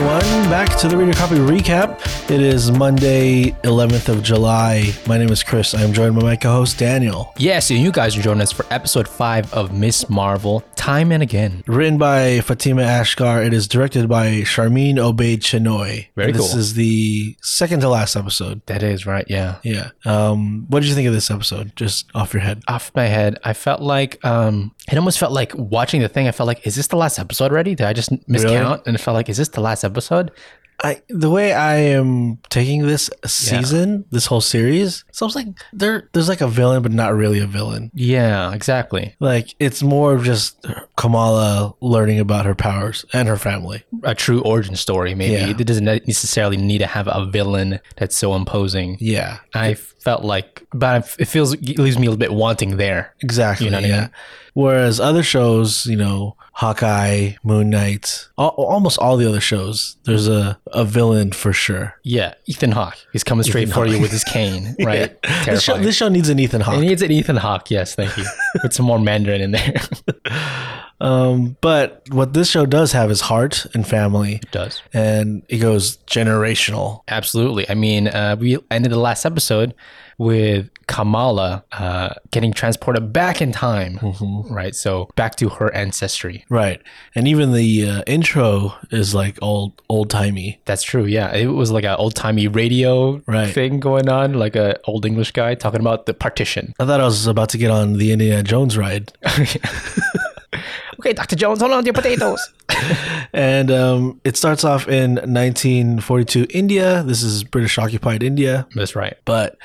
back to the Radio Copy Recap. It is Monday, 11th of July. My name is Chris. I'm joined by my co host, Daniel. Yes, and you guys are joining us for episode five of Miss Marvel, time and again. Written by Fatima Ashgar. It is directed by Charmin Obaid Chenoy. Very And This cool. is the second to last episode. That is right, yeah. Yeah. Um, what did you think of this episode? Just off your head. Off my head, I felt like um, it almost felt like watching the thing. I felt like, is this the last episode already? Did I just miscount? And it felt like, is this the last episode? I the way I am taking this season, this whole series, so I was like there there's like a villain, but not really a villain. Yeah, exactly. Like it's more of just Kamala learning about her powers and her family. A true origin story, maybe. Yeah. It doesn't necessarily need to have a villain that's so imposing. Yeah, I felt like, but it feels it leaves me a little bit wanting there. exactly. You know what I yeah. mean? Whereas other shows, you know, Hawkeye, Moon Knight, al- almost all the other shows, there's a a villain for sure. Yeah, Ethan Hawke. He's coming straight for you with his cane, right? This show, Terrifying. this show needs an Ethan Hawke. It needs an Ethan Hawke. Yes, thank you. With some more Mandarin in there. it Um, but what this show does have is heart and family, does. and it goes generational. Absolutely. I mean, uh, we ended the last episode with Kamala uh, getting transported back in time, right? So back to her ancestry. Right, and even the uh, intro is like old old timey. That's true. Yeah, it was like an old timey radio Right. thing going on, like a old English guy talking about the partition. I thought I was about to get on the Indiana Jones ride, Okay, Doctor Jones, hold on to your potatoes. and um, it starts off in 1942 India. This is British occupied India, That's right. but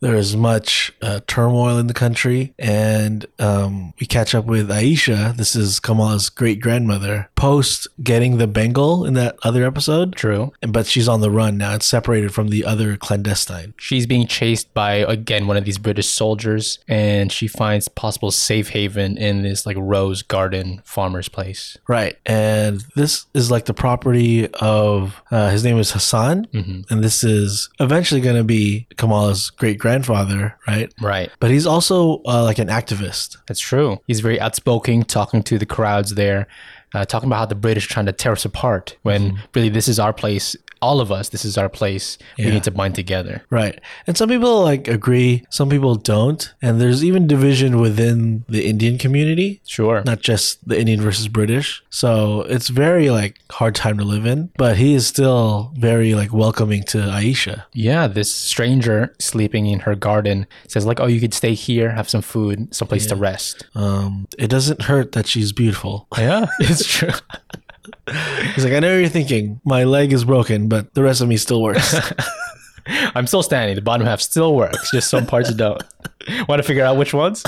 there is much uh, turmoil in the country, and um, we catch up with Aisha. This is Kamala's great grandmother, post getting the Bengal in that other episode. True. but she's on the run now. It's separated from the other clandestine. She's being chased by again one of these British soldiers, and she finds possible safe haven in this like rose garden farmer's place. Right. And this is like the property of uh, his name is Hassan. And this is eventually going to be Kamala's great grandfather, right? Right, But he's also uh, like an activist. that's true. He's very outspoken, talking to the crowds there, uh, talking about how the British are trying to tear us apart. When really, this is our place. All of us, this is our place. We need to bind together. Right. And some people like agree, some people don't. And there's even division within the Indian community. Sure. not just the Indian versus British. So it's very like hard time to live in, but he is still very like welcoming to Aisha. Yeah, this stranger sleeping in her garden says like, "Oh, you could stay here, have some food, someplace to rest." Um, it doesn't hurt that she's beautiful. Yeah, it's true. He's like, I know what you're thinking. My leg is broken, but the rest of me still works. I'm still standing. The bottom half still works. Just some parts don't. Want to figure out which ones?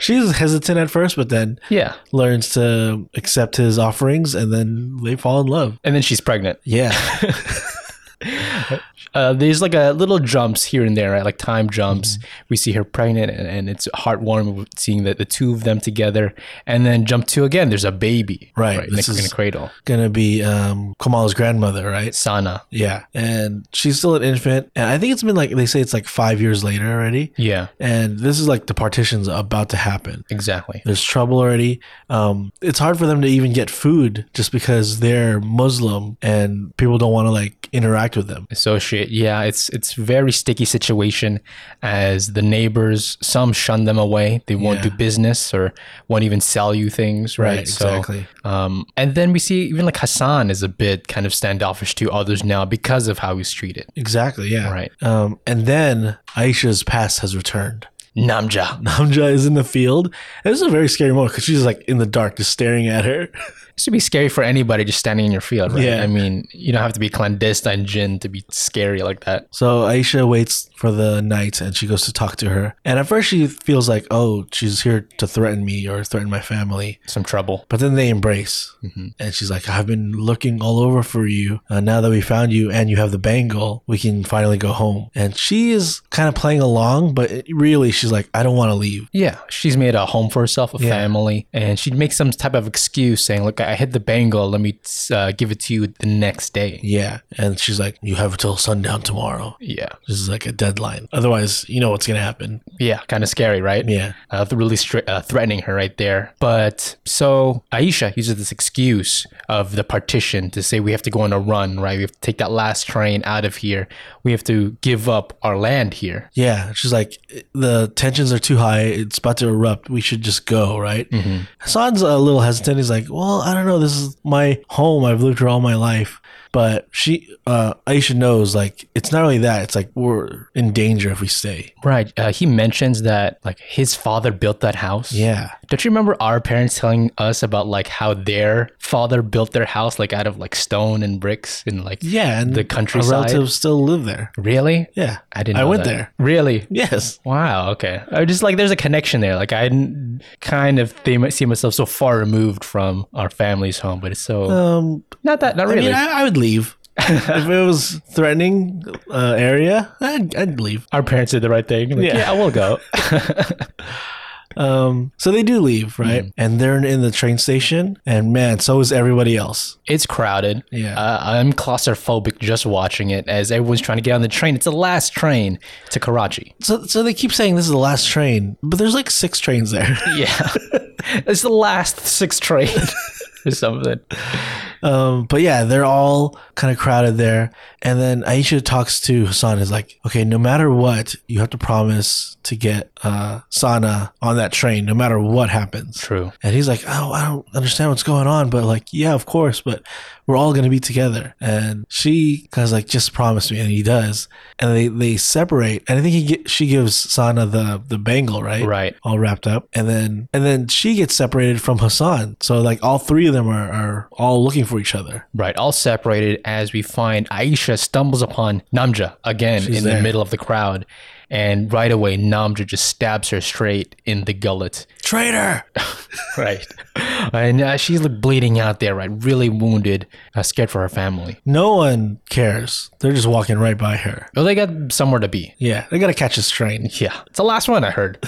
she's hesitant at first, but then Yeah. learns to accept his offerings and then they fall in love. And then she's pregnant. Yeah. Uh, there's like a little jumps here and there, right? Like time jumps. We see her pregnant, and, and it's heartwarming seeing the, the two of them together. And then jump two again. There's a baby, Right, in, this the, in is- the cradle. Gonna be um Kamala's grandmother, right? Sana. Yeah. And she's still an infant. And I think it's been like they say it's like five years later already. Yeah, and this is like the partition's about to happen. exactly. There's trouble already. Um, it's hard for them to even get food just because they're Muslim and people don't want to like interact with them. associate yeah it's it's very sticky situation as the neighbors some shun them away they won't Yeah. do business or won't even sell you things right, Right, exactly. um and then we see even like hassan is a bit kind of standoffish to others now because of how he's treated Exactly. Yeah. Right. Um, and then Aisha's past has returned. namja Namja is in the field. And this is a very scary moment because she's like in the dark, just staring at her. this would be scary for anybody just standing in your field right Yeah. i mean you don't have to be clandestine jinn to be scary like that So Aisha waits for the night and she goes to talk to her. And at first she feels like, oh, she's here to threaten me or threaten my family. some trouble But then they embrace. And she's like, I've been looking all over for you. Uh, now that we found you and you have the bangle, we can finally go home. And she is kind of playing along, but it- really, she's like, I don't want to leave. yeah, she's made a home for herself, a family, and she makes some type of excuse saying, "Look, I, I hit the Bengal. Let me uh, give it to you the next day. Yeah. And she's like, you have till sundown tomorrow. Yeah. This is like a deadline. Otherwise, you know what's going to happen. Yeah. Kind of scary, right? Yeah. uh, th- really stri- uh, threatening her right there. But so Aisha uses this excuse of the partition to say we have to go on a run, right? We have to take that last train out of here. We have to give up our land here. Yeah. She's like, the tensions are too high. It's about to erupt. We should just go, right? Mm-hmm. Hassan's a little hesitant. He's like, well, I don't know. This is my home. I've lived here all my life. But she, uh, Aisha knows, like, it's not really that. It's like, we're in danger if we stay. Right. Uh, he mentions that like his father built that house. Yeah. Don't you remember our parents telling us about like how their father built their house like out of like stone and bricks and like Yeah. And The Our countryside. relatives still live there. really? Yeah. I didn't. I know went that. there. Really? Yes. Wow. Okay. I just like there's a connection there. Like I didn't kind of think, see myself so far removed from our family's home, but it's so Um, not that not I really. mean, I, I would leave. if it was threatening uh, area, I'd, I'd leave. our parents did the right thing. Like, Yeah. yeah. I will go. Um, so they do leave, right? And they're in the train station, and man, so is everybody else. it's crowded. Yeah. Uh, I'm claustrophobic just watching it as everyone's trying to get on the train. It's the last train to Karachi. So, so they keep saying this is the last train, but there's like six trains there. Yeah. it's the last sixth train or something. Um, but yeah, they're all kind of crowded there. And then Aisha talks to Hassan. Is like, okay, no matter what, you have to promise to get uh, Sana on that train, no matter what happens. True. And he's like, oh, I don't understand what's going on, but like, yeah, of course, but we're all gonna be together. And she kind of like, just promise me, and he does. And they they separate, and I think he get, she gives Sana the the bangle, right? Right. All wrapped up, and then and then she gets separated from Hassan. So like, all three of them are are all looking for each other. Right, all separated as we find Aisha stumbles upon Namja again in there. the middle of the crowd. And right away, Namja just stabs her straight in the gullet. Traitor! Right. and uh, she's like bleeding out there, right? Really wounded, uh, scared for her family. No one cares. They're just walking right by her. Well, they got somewhere to be. Yeah, they gotta catch this train. Yeah, it's the last one I heard.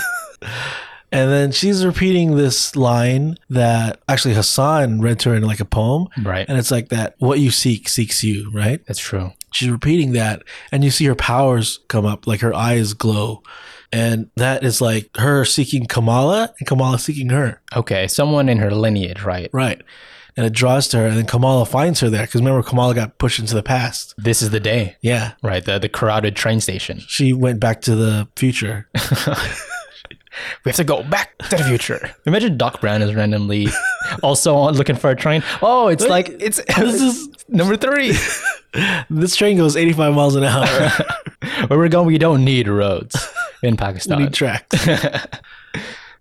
And then she's repeating this line that actually Hassan read to her in like a poem. Right. And it's like that what you seek seeks you, right? That's true. She's repeating that and you see her powers come up, like her eyes glow. And that is like her seeking Kamala and Kamala seeking her. Okay, someone in her lineage, right? Right. And it draws to her and then Kamala finds her there because remember Kamala got pushed into the past. This is the day, Yeah. right? The, the crowded train station. She went back to the future. We have to go back to the future. Imagine Doc Brown is randomly also on looking for a train. Oh, it's like it's this is number three. this train goes 85 miles an hour. Where we're going, we don't need roads in Pakistan. Need tracks.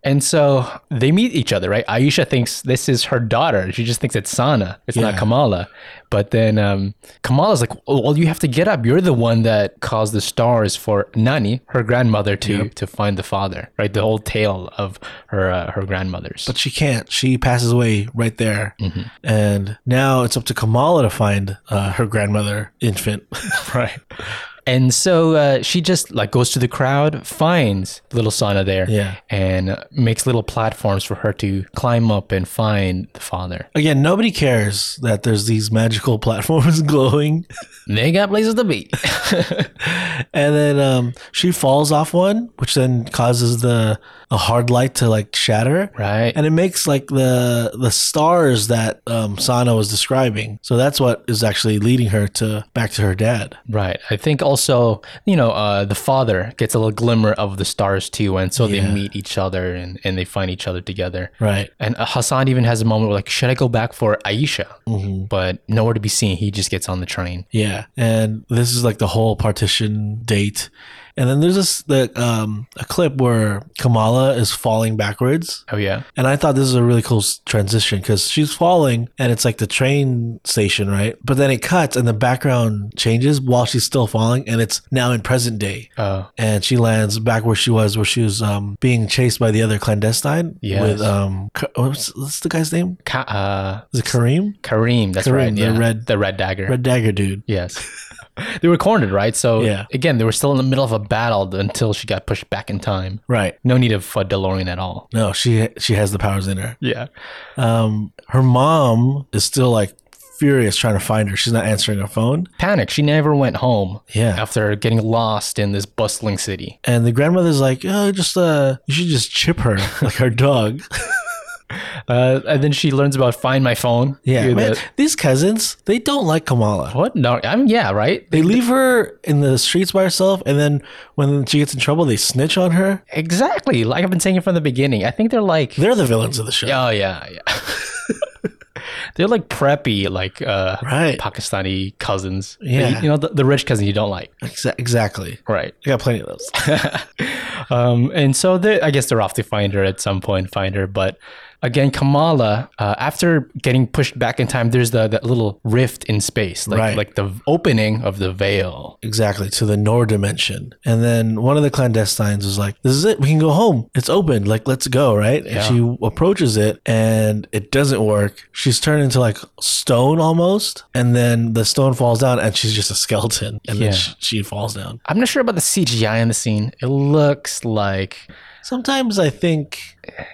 and so they meet each other, right? Aisha thinks this is her daughter. She just thinks it's Sana. It's not Yeah. Kamala. But then um, Kamala's like, oh, "Well, you have to get up. You're the one that caused the stars for Nani, her grandmother, to to find the father." Right? The whole tale of her uh, her grandmother's. But she can't. She passes away right there. And now it's up to Kamala to find uh, her grandmother infant. right and so uh, she just like goes to the crowd finds little sana there Yeah. and uh, makes little platforms for her to climb up and find the father Again, nobody cares that there's these magical platforms glowing. they got places to be And then um, she falls off one, which then causes the a hard light to like shatter. right And it makes like the the stars that um, Sana was describing. So that's what is actually leading her to back to her dad. right i think also you know uh, the father gets a little glimmer of the stars too and so Yeah. they meet each other and, and they find each other together Right. and uh, hassan even has a moment where like should i go back for aisha Mm-hmm. but nowhere to be seen he just gets on the train Yeah, and this is like the whole partition date, and then there's this the um a clip where Kamala is falling backwards, oh yeah and I thought this is a really cool s- transition because she's falling and it's like the train station, right? But then it cuts and the background changes while she's still falling, and it's now in present day. uh, And she lands back where she was, where she was um, being chased by the other clandestine. Yes. With um, Ka- what's, what's the guy's name? Ka- uh, Is it Kareem? Kareem, that's Kareem, right. the yeah. red- the red dagger. Red Dagger dude. Yes. they were cornered, right? So Yeah. again, they were still in the middle of a battle until she got pushed back in time. Right. No need of uh, DeLorean at all. No, she she has the powers in her. Yeah. Um, her mom is still like furious trying to find her. She's not answering her phone. Panic. She never went home Yeah. after getting lost in this bustling city. And the grandmother's like, oh, just uh, you should just chip her like her dog. Uh, and then she learns about Find My Phone. Yeah, You man, know, these cousins they don't like Kamala. What? No, I mean, yeah, right? They leave her in the streets by herself, and then when she gets in trouble, they snitch on her. Exactly. Like I've been saying it from the beginning. I think they're like, They're the villains of the show, oh, yeah, yeah. they're like preppy, like uh, right? Pakistani cousins. Yeah. They- you know, the, the rich cousin you don't like. Exa- exactly. Right. I got plenty of those. um, and so they, I guess they're off to find her at some point, find her. But again, Kamala, uh, after getting pushed back in time, there's the that little rift in space, like Right. like the opening of the veil. Exactly, to the Nor dimension. And then one of the clandestines was like, This is it. We can go home. It's open. Like, let's go, right? And Yeah. she approaches it and it doesn't work. She's turned into like stone almost. And then the stone falls down and she's just a skeleton. And Yeah. then she, she falls down. I'm not sure about the CGI in the scene. It looks like, Sometimes I think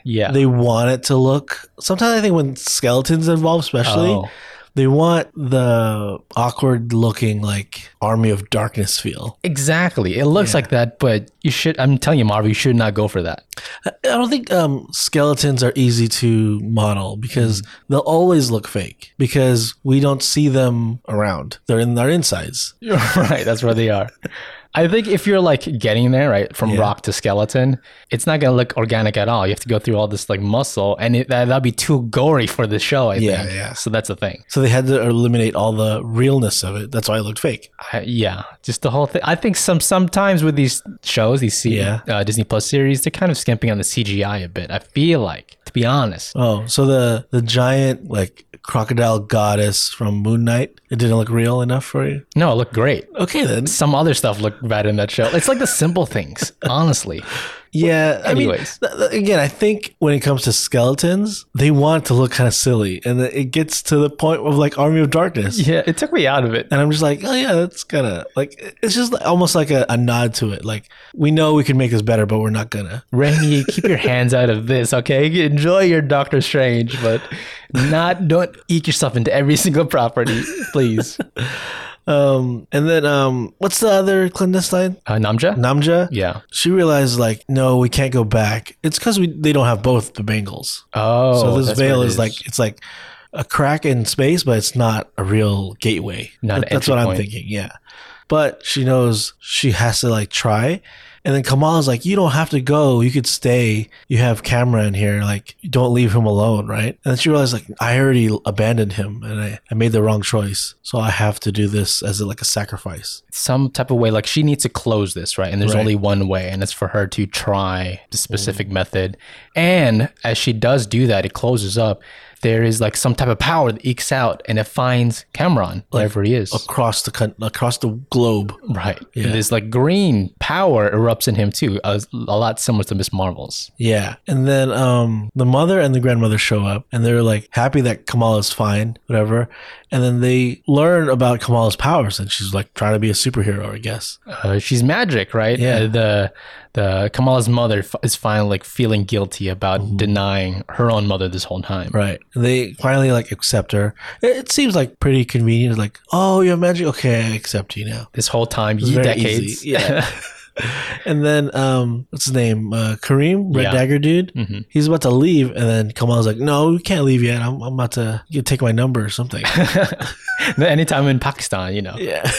yeah, they want it to look. Sometimes I think when skeletons involve, especially, Oh. they want the awkward looking like army of darkness feel. Exactly. It looks Yeah. like that, but you should. I'm telling you, Marvel, you should not go for that. I don't think um, skeletons are easy to model because they'll always look fake because we don't see them around. They're in our insides. You're right. That's where they are. I think if you're like getting there, right, from Yeah. rock to skeleton, it's not gonna look organic at all. You have to go through all this like muscle, and it, that that'll be too gory for the show. I Yeah, think. yeah. So that's the thing. So they had to eliminate all the realness of it. That's why it looked fake. I, yeah, just the whole thing. I think some sometimes with these shows, these C- Yeah. uh, Disney Plus series, they're kind of skimping on the CGI a bit. I feel like, to be honest. Oh, so the the giant like crocodile goddess from Moon Knight, it didn't look real enough for you. No, it looked great. Okay then. Some other stuff looked bad in that show. It's like the simple things, honestly. Yeah. I mean, Anyways. th- th- again, I think when it comes to skeletons, they want it to look kind of silly, and it gets to the point of like Army of Darkness. Yeah, it took me out of it. And I'm just like, oh yeah, that's gonna like it's just like- almost like a, a nod to it. Like we know we can make this better, but we're not gonna. Raimi, keep your hands out of this, okay? Enjoy your Doctor Strange, but not don't eke yourself into every single property, please. Um, and then um, what's the other clandestine? Uh, Namja? Namja. Yeah. She realized like, no, we can't go back. It's because we they don't have both the Bengals. Oh, so this that's what veil it is like it's like a crack in space, but it's not a real gateway. Not an that's entry what I'm point. thinking. Yeah, but she knows she has to like try. And then Kamala's like, "You don't have to go. You could stay. You have Camera in here. Like, you don't leave him alone, right?" And then she realized, like, I already abandoned him, and I, I made the wrong choice. So I have to do this as like a sacrifice. some type of way. Like she needs to close this, right? And there's Right. Mm. only one way, and it's for her to try the specific method. And as she does do that, it closes up. There is like some type of power that ekes out, and it finds Cameron wherever he is. across the coun- across the globe. Right. And this like green power erupts in him too, a, a lot similar to Miss Marvel's. Yeah. And then um the mother and the grandmother show up and they're like happy that Kamala's fine, whatever. And then they learn about Kamala's powers and she's like trying to be a superhero, I guess. Uh, she's magic, right? Yeah. Uh, the the Kamala's mother f- is finally like feeling guilty about denying her own mother this whole time. Mm-hmm. Right. And they finally like accept her. It, it seems like pretty convenient. Like, oh, you're magic. Okay, I accept you now. This whole time, It's ye very decades. easy. Yeah. and then um what's his name? Uh Kareem, Red Yeah. Dagger dude. hmm He's about to leave, and then Kamala's like, "No, you can't leave yet. I'm, I'm about to you take my number or something." Anytime in Pakistan, you know, Yeah.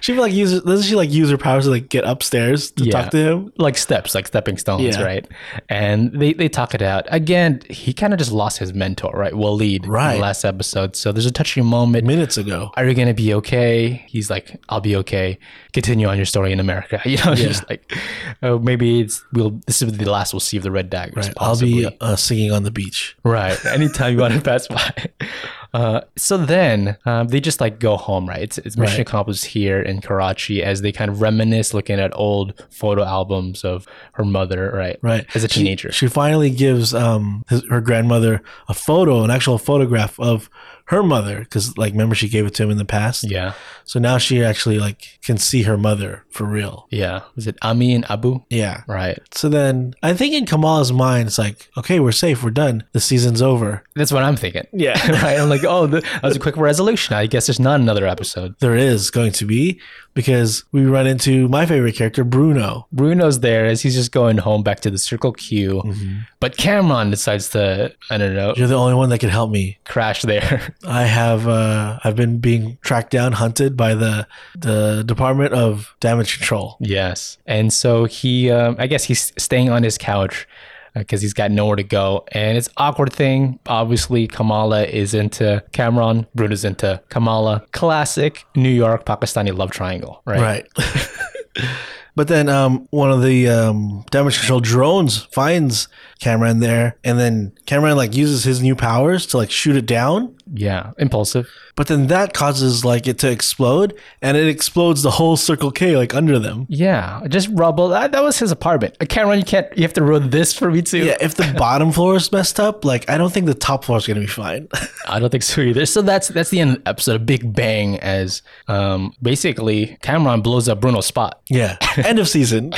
she like uses doesn't she like use her powers to like get upstairs to Yeah. talk to him? like steps, like stepping stones, Yeah. right? And they they talk it out again. He kind of just lost his mentor, right? Waleed, in Right. the last episode. So there's a touching moment. Minutes ago. are you gonna be okay? He's like, I'll be okay. Continue on your story in America. You know, Yeah. just like, oh, maybe it's we'll. This is the last we'll see of the Red Daggers. Right. possibly. I'll be uh, singing on the beach. right. Anytime you want to pass by. Uh, so then um, they just like go home, right? It's, it's mission Right. accomplished here in Karachi as they kind of reminisce, looking at old photo albums of her mother, right? Right. As a She- teenager. She, finally gives um his, her grandmother a photo, an actual photograph of her mother because like remember she gave it to him in the past. Yeah. So now she actually like can see her mother for real. Yeah. Was it Ami and Abu? Yeah. Right. So then I think in Kamala's mind it's like, okay, we're safe, we're done. The season's over. That's what I'm thinking. Yeah. right. I'm like, oh, th- that was a quick resolution. I guess there's not another episode. there is going to be because we run into my favorite character, Bruno. Bruno's there as he's just going home back to the Circle Q, but Cameron decides to, I don't know, You're the only one that can help me. crash there. I have uh I've been being tracked down, hunted by the the Department of Damage Control. Yes. And so he, um, I guess he's staying on his couch because he's got nowhere to go. And it's awkward thing. Obviously, Kamala is into Cameron. Bruno's into Kamala. Classic New York Pakistani love triangle, right? Right. But then um, one of the um, damage control drones finds Cameron there, and then Cameron like uses his new powers to like shoot it down. Yeah. Impulsive. But then that causes like it to explode, and it explodes the whole Circle K like under them. Yeah. Just rubble. That, that was his apartment. Uh, Cameron, you can't, you have to ruin this for me too. Yeah, if the bottom floor is messed up, like I don't think the top floor is gonna be fine. I don't think so either. So that's that's the end of the episode. A big bang as um, basically Cameron blows up Bruno's spot. yeah, end of season.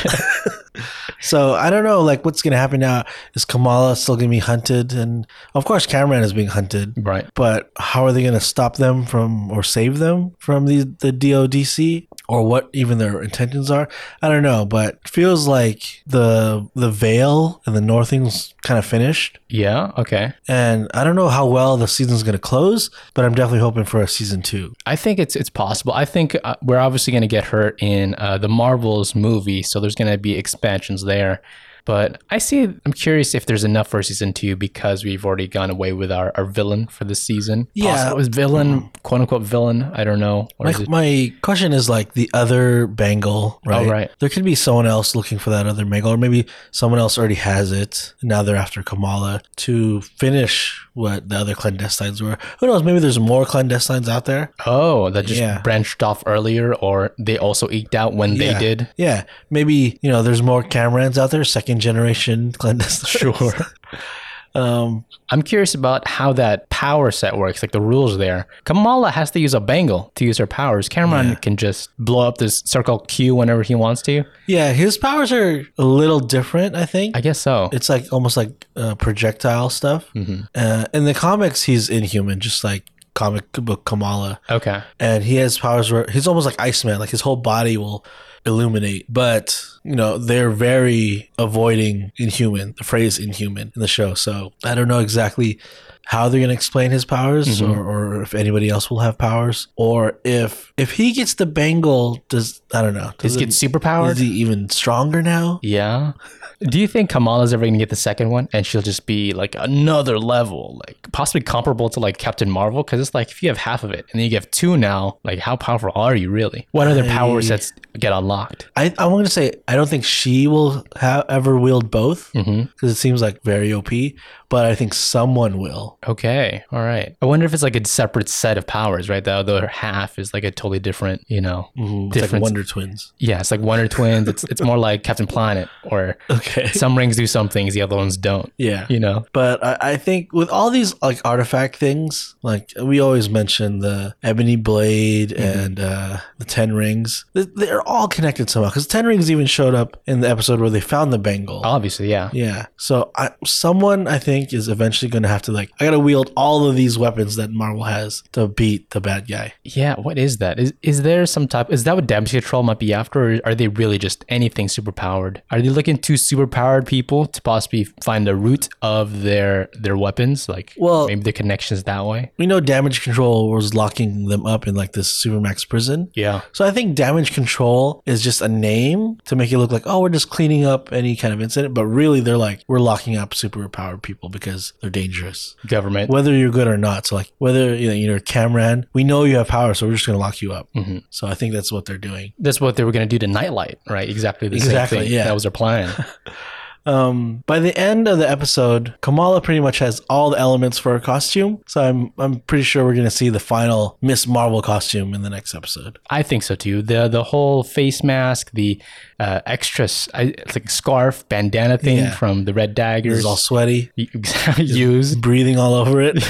so I don't know, like what's gonna happen now? Is Kamala still gonna be hunted? And of course, Cameron is being hunted. Right. but how are they going to stop them from or save them from the the DODC or what even their intentions are? I don't know, but it feels like the the veil and the Northing's kind of finished, Yeah. Okay. and I don't know how well the season's going to close, but I'm definitely hoping for a season two. I think it's it's possible. I think uh, we're obviously going to get her in uh, the Marvels movie, so there's going to be expansions there. But I see. I'm curious if there's enough for season two because we've already gone away with our, our villain for this season. Yeah. Possible- was villain, quote unquote villain. I don't know. Or is My, it- Oh, my question is like the other bangle, right? right. There could be someone else looking for that other bangle, or maybe someone else already has it. Now they're after Kamala to finish what the other clandestines were. Who knows? Maybe there's more clandestines out there. oh, that just Yeah. branched off earlier, or they also eked out when Yeah. they did. Yeah. Maybe, you know, there's more Camerons out there, second generation clandestines. Sure. Um, I'm curious about how that power set works, like the rules there. Kamala has to use a bangle to use her powers. Cameron can just blow up this circle Q whenever he wants to. yeah, his powers are a little different, I think. I guess so. Mm-hmm. it's like almost like uh, projectile stuff. Uh, in the comics, he's inhuman, just like comic book Kamala. Okay. and he has powers where he's almost like Iceman, like his whole body will illuminate. But you know, they're very avoiding inhuman, the phrase inhuman in the show. So I don't know exactly how they're gonna explain his powers or, or if anybody else will have powers. Or if if he gets the bangle, does I don't know. Does Does he get it- superpowered? is he even stronger now? yeah. Do you think Kamala's ever gonna get the second one, and she'll just be like another level, like possibly comparable to like Captain Marvel? Because it's like if you have half of it, and then you have two now, like how powerful are you really? What other power sets get unlocked? I, I'm going to say I don't think she will ha- ever wield both because it seems like very OP, but I think someone will. Okay, all right. I wonder if it's like a separate set of powers, right? The other half is like a totally different, you know, It's like different. Wonder Twins. yeah, it's like Wonder Twins. It's it's more like Captain Planet, or Okay. some rings do some things, the other ones don't. Yeah. You know, But I, I think with all these like artifact things, like we always mention the ebony blade and uh, the ten rings, they, they're all connected somehow. Because ten rings even showed up in the episode where they found the bangle. obviously, yeah. Yeah. So I, someone I think is eventually going to have to like I got to wield all of these weapons that Marvel has to beat the bad guy. Yeah, what is that? Is is there some type? Is that what damage control might be after, or are they really just anything superpowered? Are they looking to superpowered people to possibly find the root of their their weapons? Like, Well- maybe the connections that way. We know damage control was locking them up in like this supermax prison. Yeah, So I think damage control is just a name to make it look like, oh, we're just cleaning up any kind of incident. But really, they're like, we're locking up superpowered people because they're dangerous, government. whether you're good or not. So like, whether you know, you're Cameron, we know you have power, so we're just gonna lock you up. So I think that's what they're doing. That's what they were going to do to Nightlight, right? Exactly the Exactly, same thing. yeah. That was their plan. Um, by the end of the episode, Kamala pretty much has all the elements for her costume. So I'm I'm pretty sure we're gonna see the final Miss Marvel costume in the next episode. I think so too. the The whole face mask, the uh, extra s- I- it's like scarf, bandana thing Yeah. from the Red Daggers, It's all sweaty, used. breathing all over it.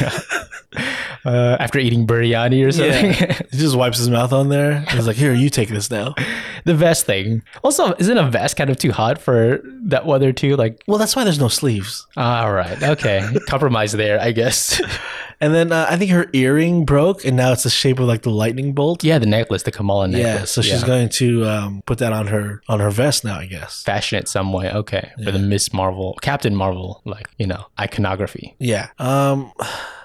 uh, after eating biryani or something. He just wipes his mouth on there. He's like, "Here, you take this now." the vest thing. Also, isn't a vest kind of too hot for that weather too? Like, Well, that's why there's no sleeves. all right, okay, compromise there, I guess. And then uh, I think her earring broke, and now it's the shape of like the lightning bolt. yeah, the necklace, the Kamala necklace. Yeah, so she's yeah. going to um, put that on her on her vest now, I guess. fashion it some way. Okay, for the Miss Marvel, Captain Marvel, like you know, iconography. Yeah. Um,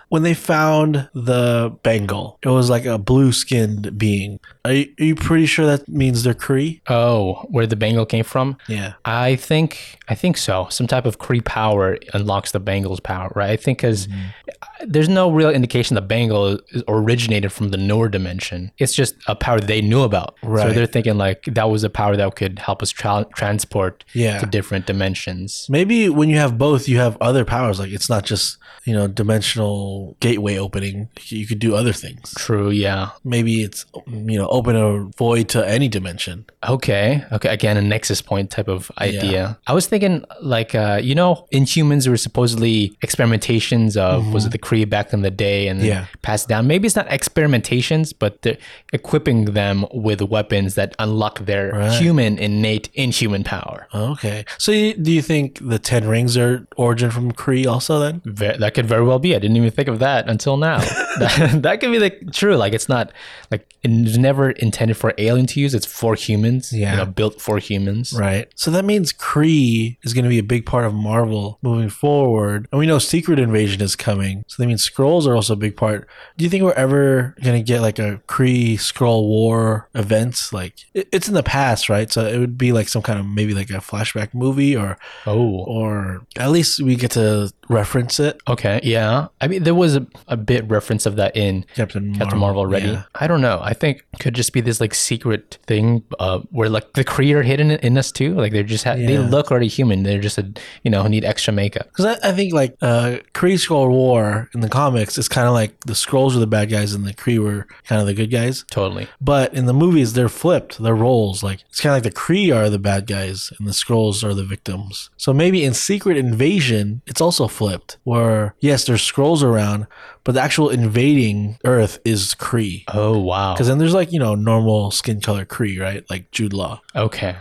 when they found the Bengal, it was like a blue-skinned being. Are you, are you pretty sure that means they're Cree? Oh, where the bangle came from? Yeah. I think I think so. Some type of Kree power unlocks the Bengals' power, right? I think because Mm-hmm. there's no real indication the Bengal is- originated from the Noor dimension. It's just a power they knew about. So Right. they're thinking like that was a power that could help us tra- transport Yeah. to different dimensions. Maybe when you have both, you have other powers. Like it's not just you know dimensional gateway opening. You could do other things. True. Yeah. Maybe it's you know open a void to any dimension. Okay. Okay. Again, a nexus point type of idea. I was thinking, like, uh, you know, Inhumans were supposedly experimentations of was it the Kree back in the day and Mm-hmm. Yeah. passed down. Maybe it's not experimentations, but they're equipping them with weapons that unlock their Right. human innate inhuman power. Oh, Okay. So you, do you think the Ten Rings are origin from Cree also? Then Ve- that could very well be. I didn't even think of that until now. that, that could be like true. Like it's not like it's never intended for alien to use. It's for humans. Yeah. You know, built for humans. right. So that means Cree is going to be a big part of Marvel moving forward, and we know Secret Invasion is coming. So that means scrolls are also a big part. Do you think we're ever going to get like a Cree Scroll War event? Like it, it's in the past, right? So it would be like some kind of maybe like a flashback movie or Oh. or at least we get to reference it. Okay, yeah. I mean, there was a, a bit reference of that in Captain Marvel, Captain Marvel already. yeah. I don't know. I think it could just be this like secret thing uh, where like the Kree are hidden in us too. Like they're just ha- they Yeah. look already human. They're just a you know need extra makeup. Because I, I think like uh, Kree Scroll War in the comics is kind of like the Scrolls were the bad guys and the Kree were kind of the good guys. Totally. But in the movies, they're flipped. They're roles. Like it's kind of like the Kree are the bad guys and the Scrolls are the victims. So maybe in Secret Invasion, it's also flipped. Where yes, there's Scrolls around, but the actual invading Earth is Kree. Oh wow. Because then there's like you know normal skin color Kree, right? Like Jude Law. Okay.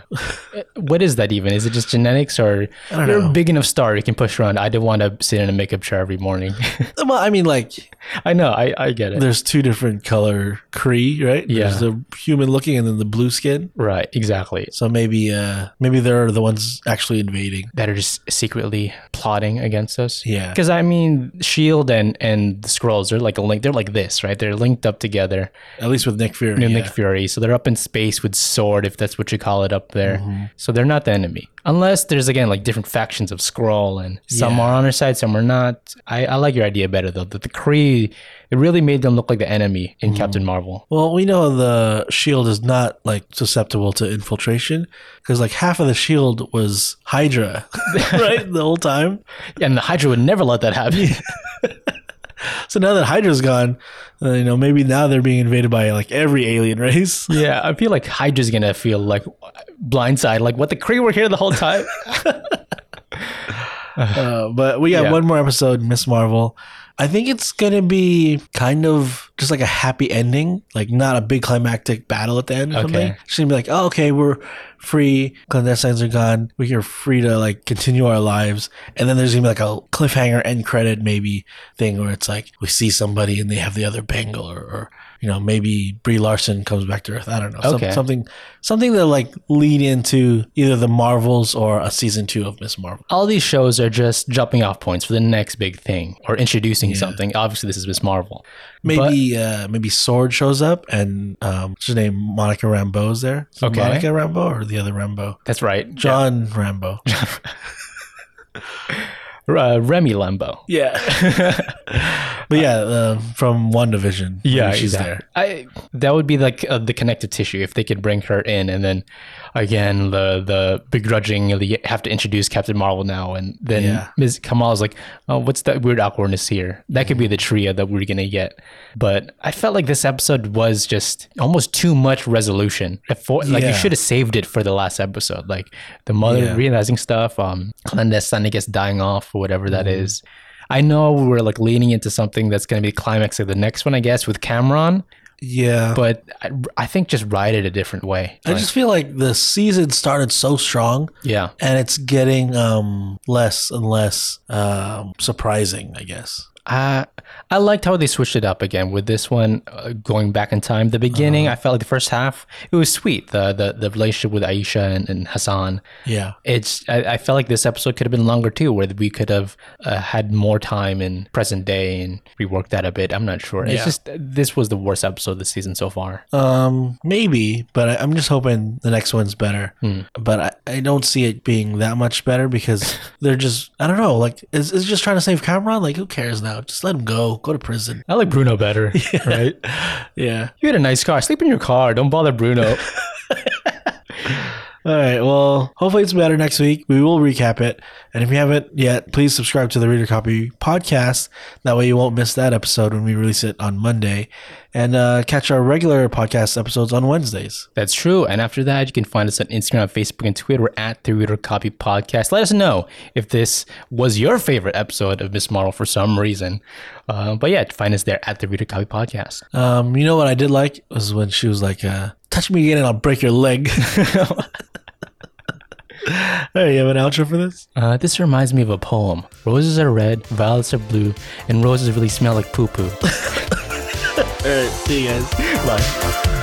what is that even? Is it just genetics or I don't you're know. a big enough star you can push around? I don't want to sit in a makeup chair every morning. Well, I mean like I know. I I get it. there's two different color Kree, right? Yeah. There's the human looking and then the blue skin. right. Exactly. So maybe uh maybe they're the ones actually invading. That are just secretly plotting against us. Yeah. Because I mean, Shield and and the Scrolls are like linked. They're like this, right? They're linked up together. At least with Nick Fury. You know, yeah. Nick Fury, so they're up in space with sword, if that's what you call it up there. Mm-hmm. So they're not the enemy, unless there's again like different factions of Scroll, and some Yeah. are on our side, some are not. I, I like your idea better though. That the Kree, it really made them look like the enemy Mm-hmm. in Captain Marvel. well, we know the shield is not like susceptible to infiltration because like half of the shield was Hydra, right? The whole time. And the Hydra would never let that happen. So now that Hydra's gone, uh, you know, maybe now they're being invaded by like every alien race. yeah, I feel like Hydra's gonna feel like blindside, like what the Kree were here the whole time. Uh, but we got Yeah. one more episode, Miss Marvel. I think it's gonna be kind of just like a happy ending, like not a big climactic battle at the end. Or something. Okay. She's gonna be like, "Oh, okay, we're free. Clandestines are gone. We are free to like continue our lives." And then there's gonna be like a cliffhanger end credit maybe thing where it's like we see somebody and they have the other bangle, or, or you know maybe Brie Larson comes back to Earth. I don't know. Some- Okay. something something that like lead into either the Marvels or a season two of Miss Marvel. all these shows are just jumping off points for the next big thing or introducing something. Obviously, this is Miss Marvel. Maybe uh, maybe Sword shows up and um, what's her name? Monica Rambeau's there. Is it Okay. Monica Rambeau or the other Rambo? That's right. John John Rambo. uh, Remy Lambo. Yeah. but yeah, uh, from One Division. she's there. I that would be like uh, the connective tissue if they could bring her in, and then again the the begrudgingly have to introduce Captain Marvel now, and then Yeah. Ms. Kamal's like, oh, what's that weird awkwardness here? That could be the trio that we're gonna get. But I felt like this episode was just almost too much resolution. For, like you Yeah. should have saved it for the last episode, like the mother Yeah. Mm-hmm. realizing stuff, um, clandestine I guess dying off or whatever that is. I know we're like leaning into something that's going to be the climax of the next one, I guess, with Cameron. Yeah. But I, I think just ride it a different way. I Like, just feel like the season started so strong yeah. and it's getting um, less and less um, surprising, I guess. I I liked how they switched it up again with this one uh, going back in time. The beginning, Uh-huh. I felt like the first half it was sweet. The the, the relationship with Aisha and, and Hassan. Yeah. It's I, I felt like this episode could have been longer too, where we could have uh, had more time in present day and reworked that a bit. I'm not sure. It's Yeah. just this was the worst episode this season so far. Um, maybe, but I, I'm just hoping the next one's better. But I, I don't see it being that much better because they're just I don't know, like is is just trying to save Cameron? Like who cares now? Just let him go. Go to prison. I like Bruno better, right? Yeah. You had a nice car. Sleep in your car. Don't bother Bruno. All right. Well, hopefully it's better next week. We will recap it. And if you haven't yet, please subscribe to the Reader Copy podcast. That way you won't miss that episode when we release it on Monday. And uh, catch our regular podcast episodes on Wednesdays. That's true. And after that, you can find us on Instagram, Facebook, and Twitter. We're at the Reader Copy Podcast. Let us know if this was your favorite episode of Miss Marvel for some reason. Uh, but yeah, find us there at the Reader Copy Podcast. Um, you know what I did like was when she was like, uh, touch me again and I'll break your leg. hey, you have an outro for this? Uh, this reminds me of a poem Roses are red, violets are blue, and roses really smell like poo poo. All right. See you guys. Bye.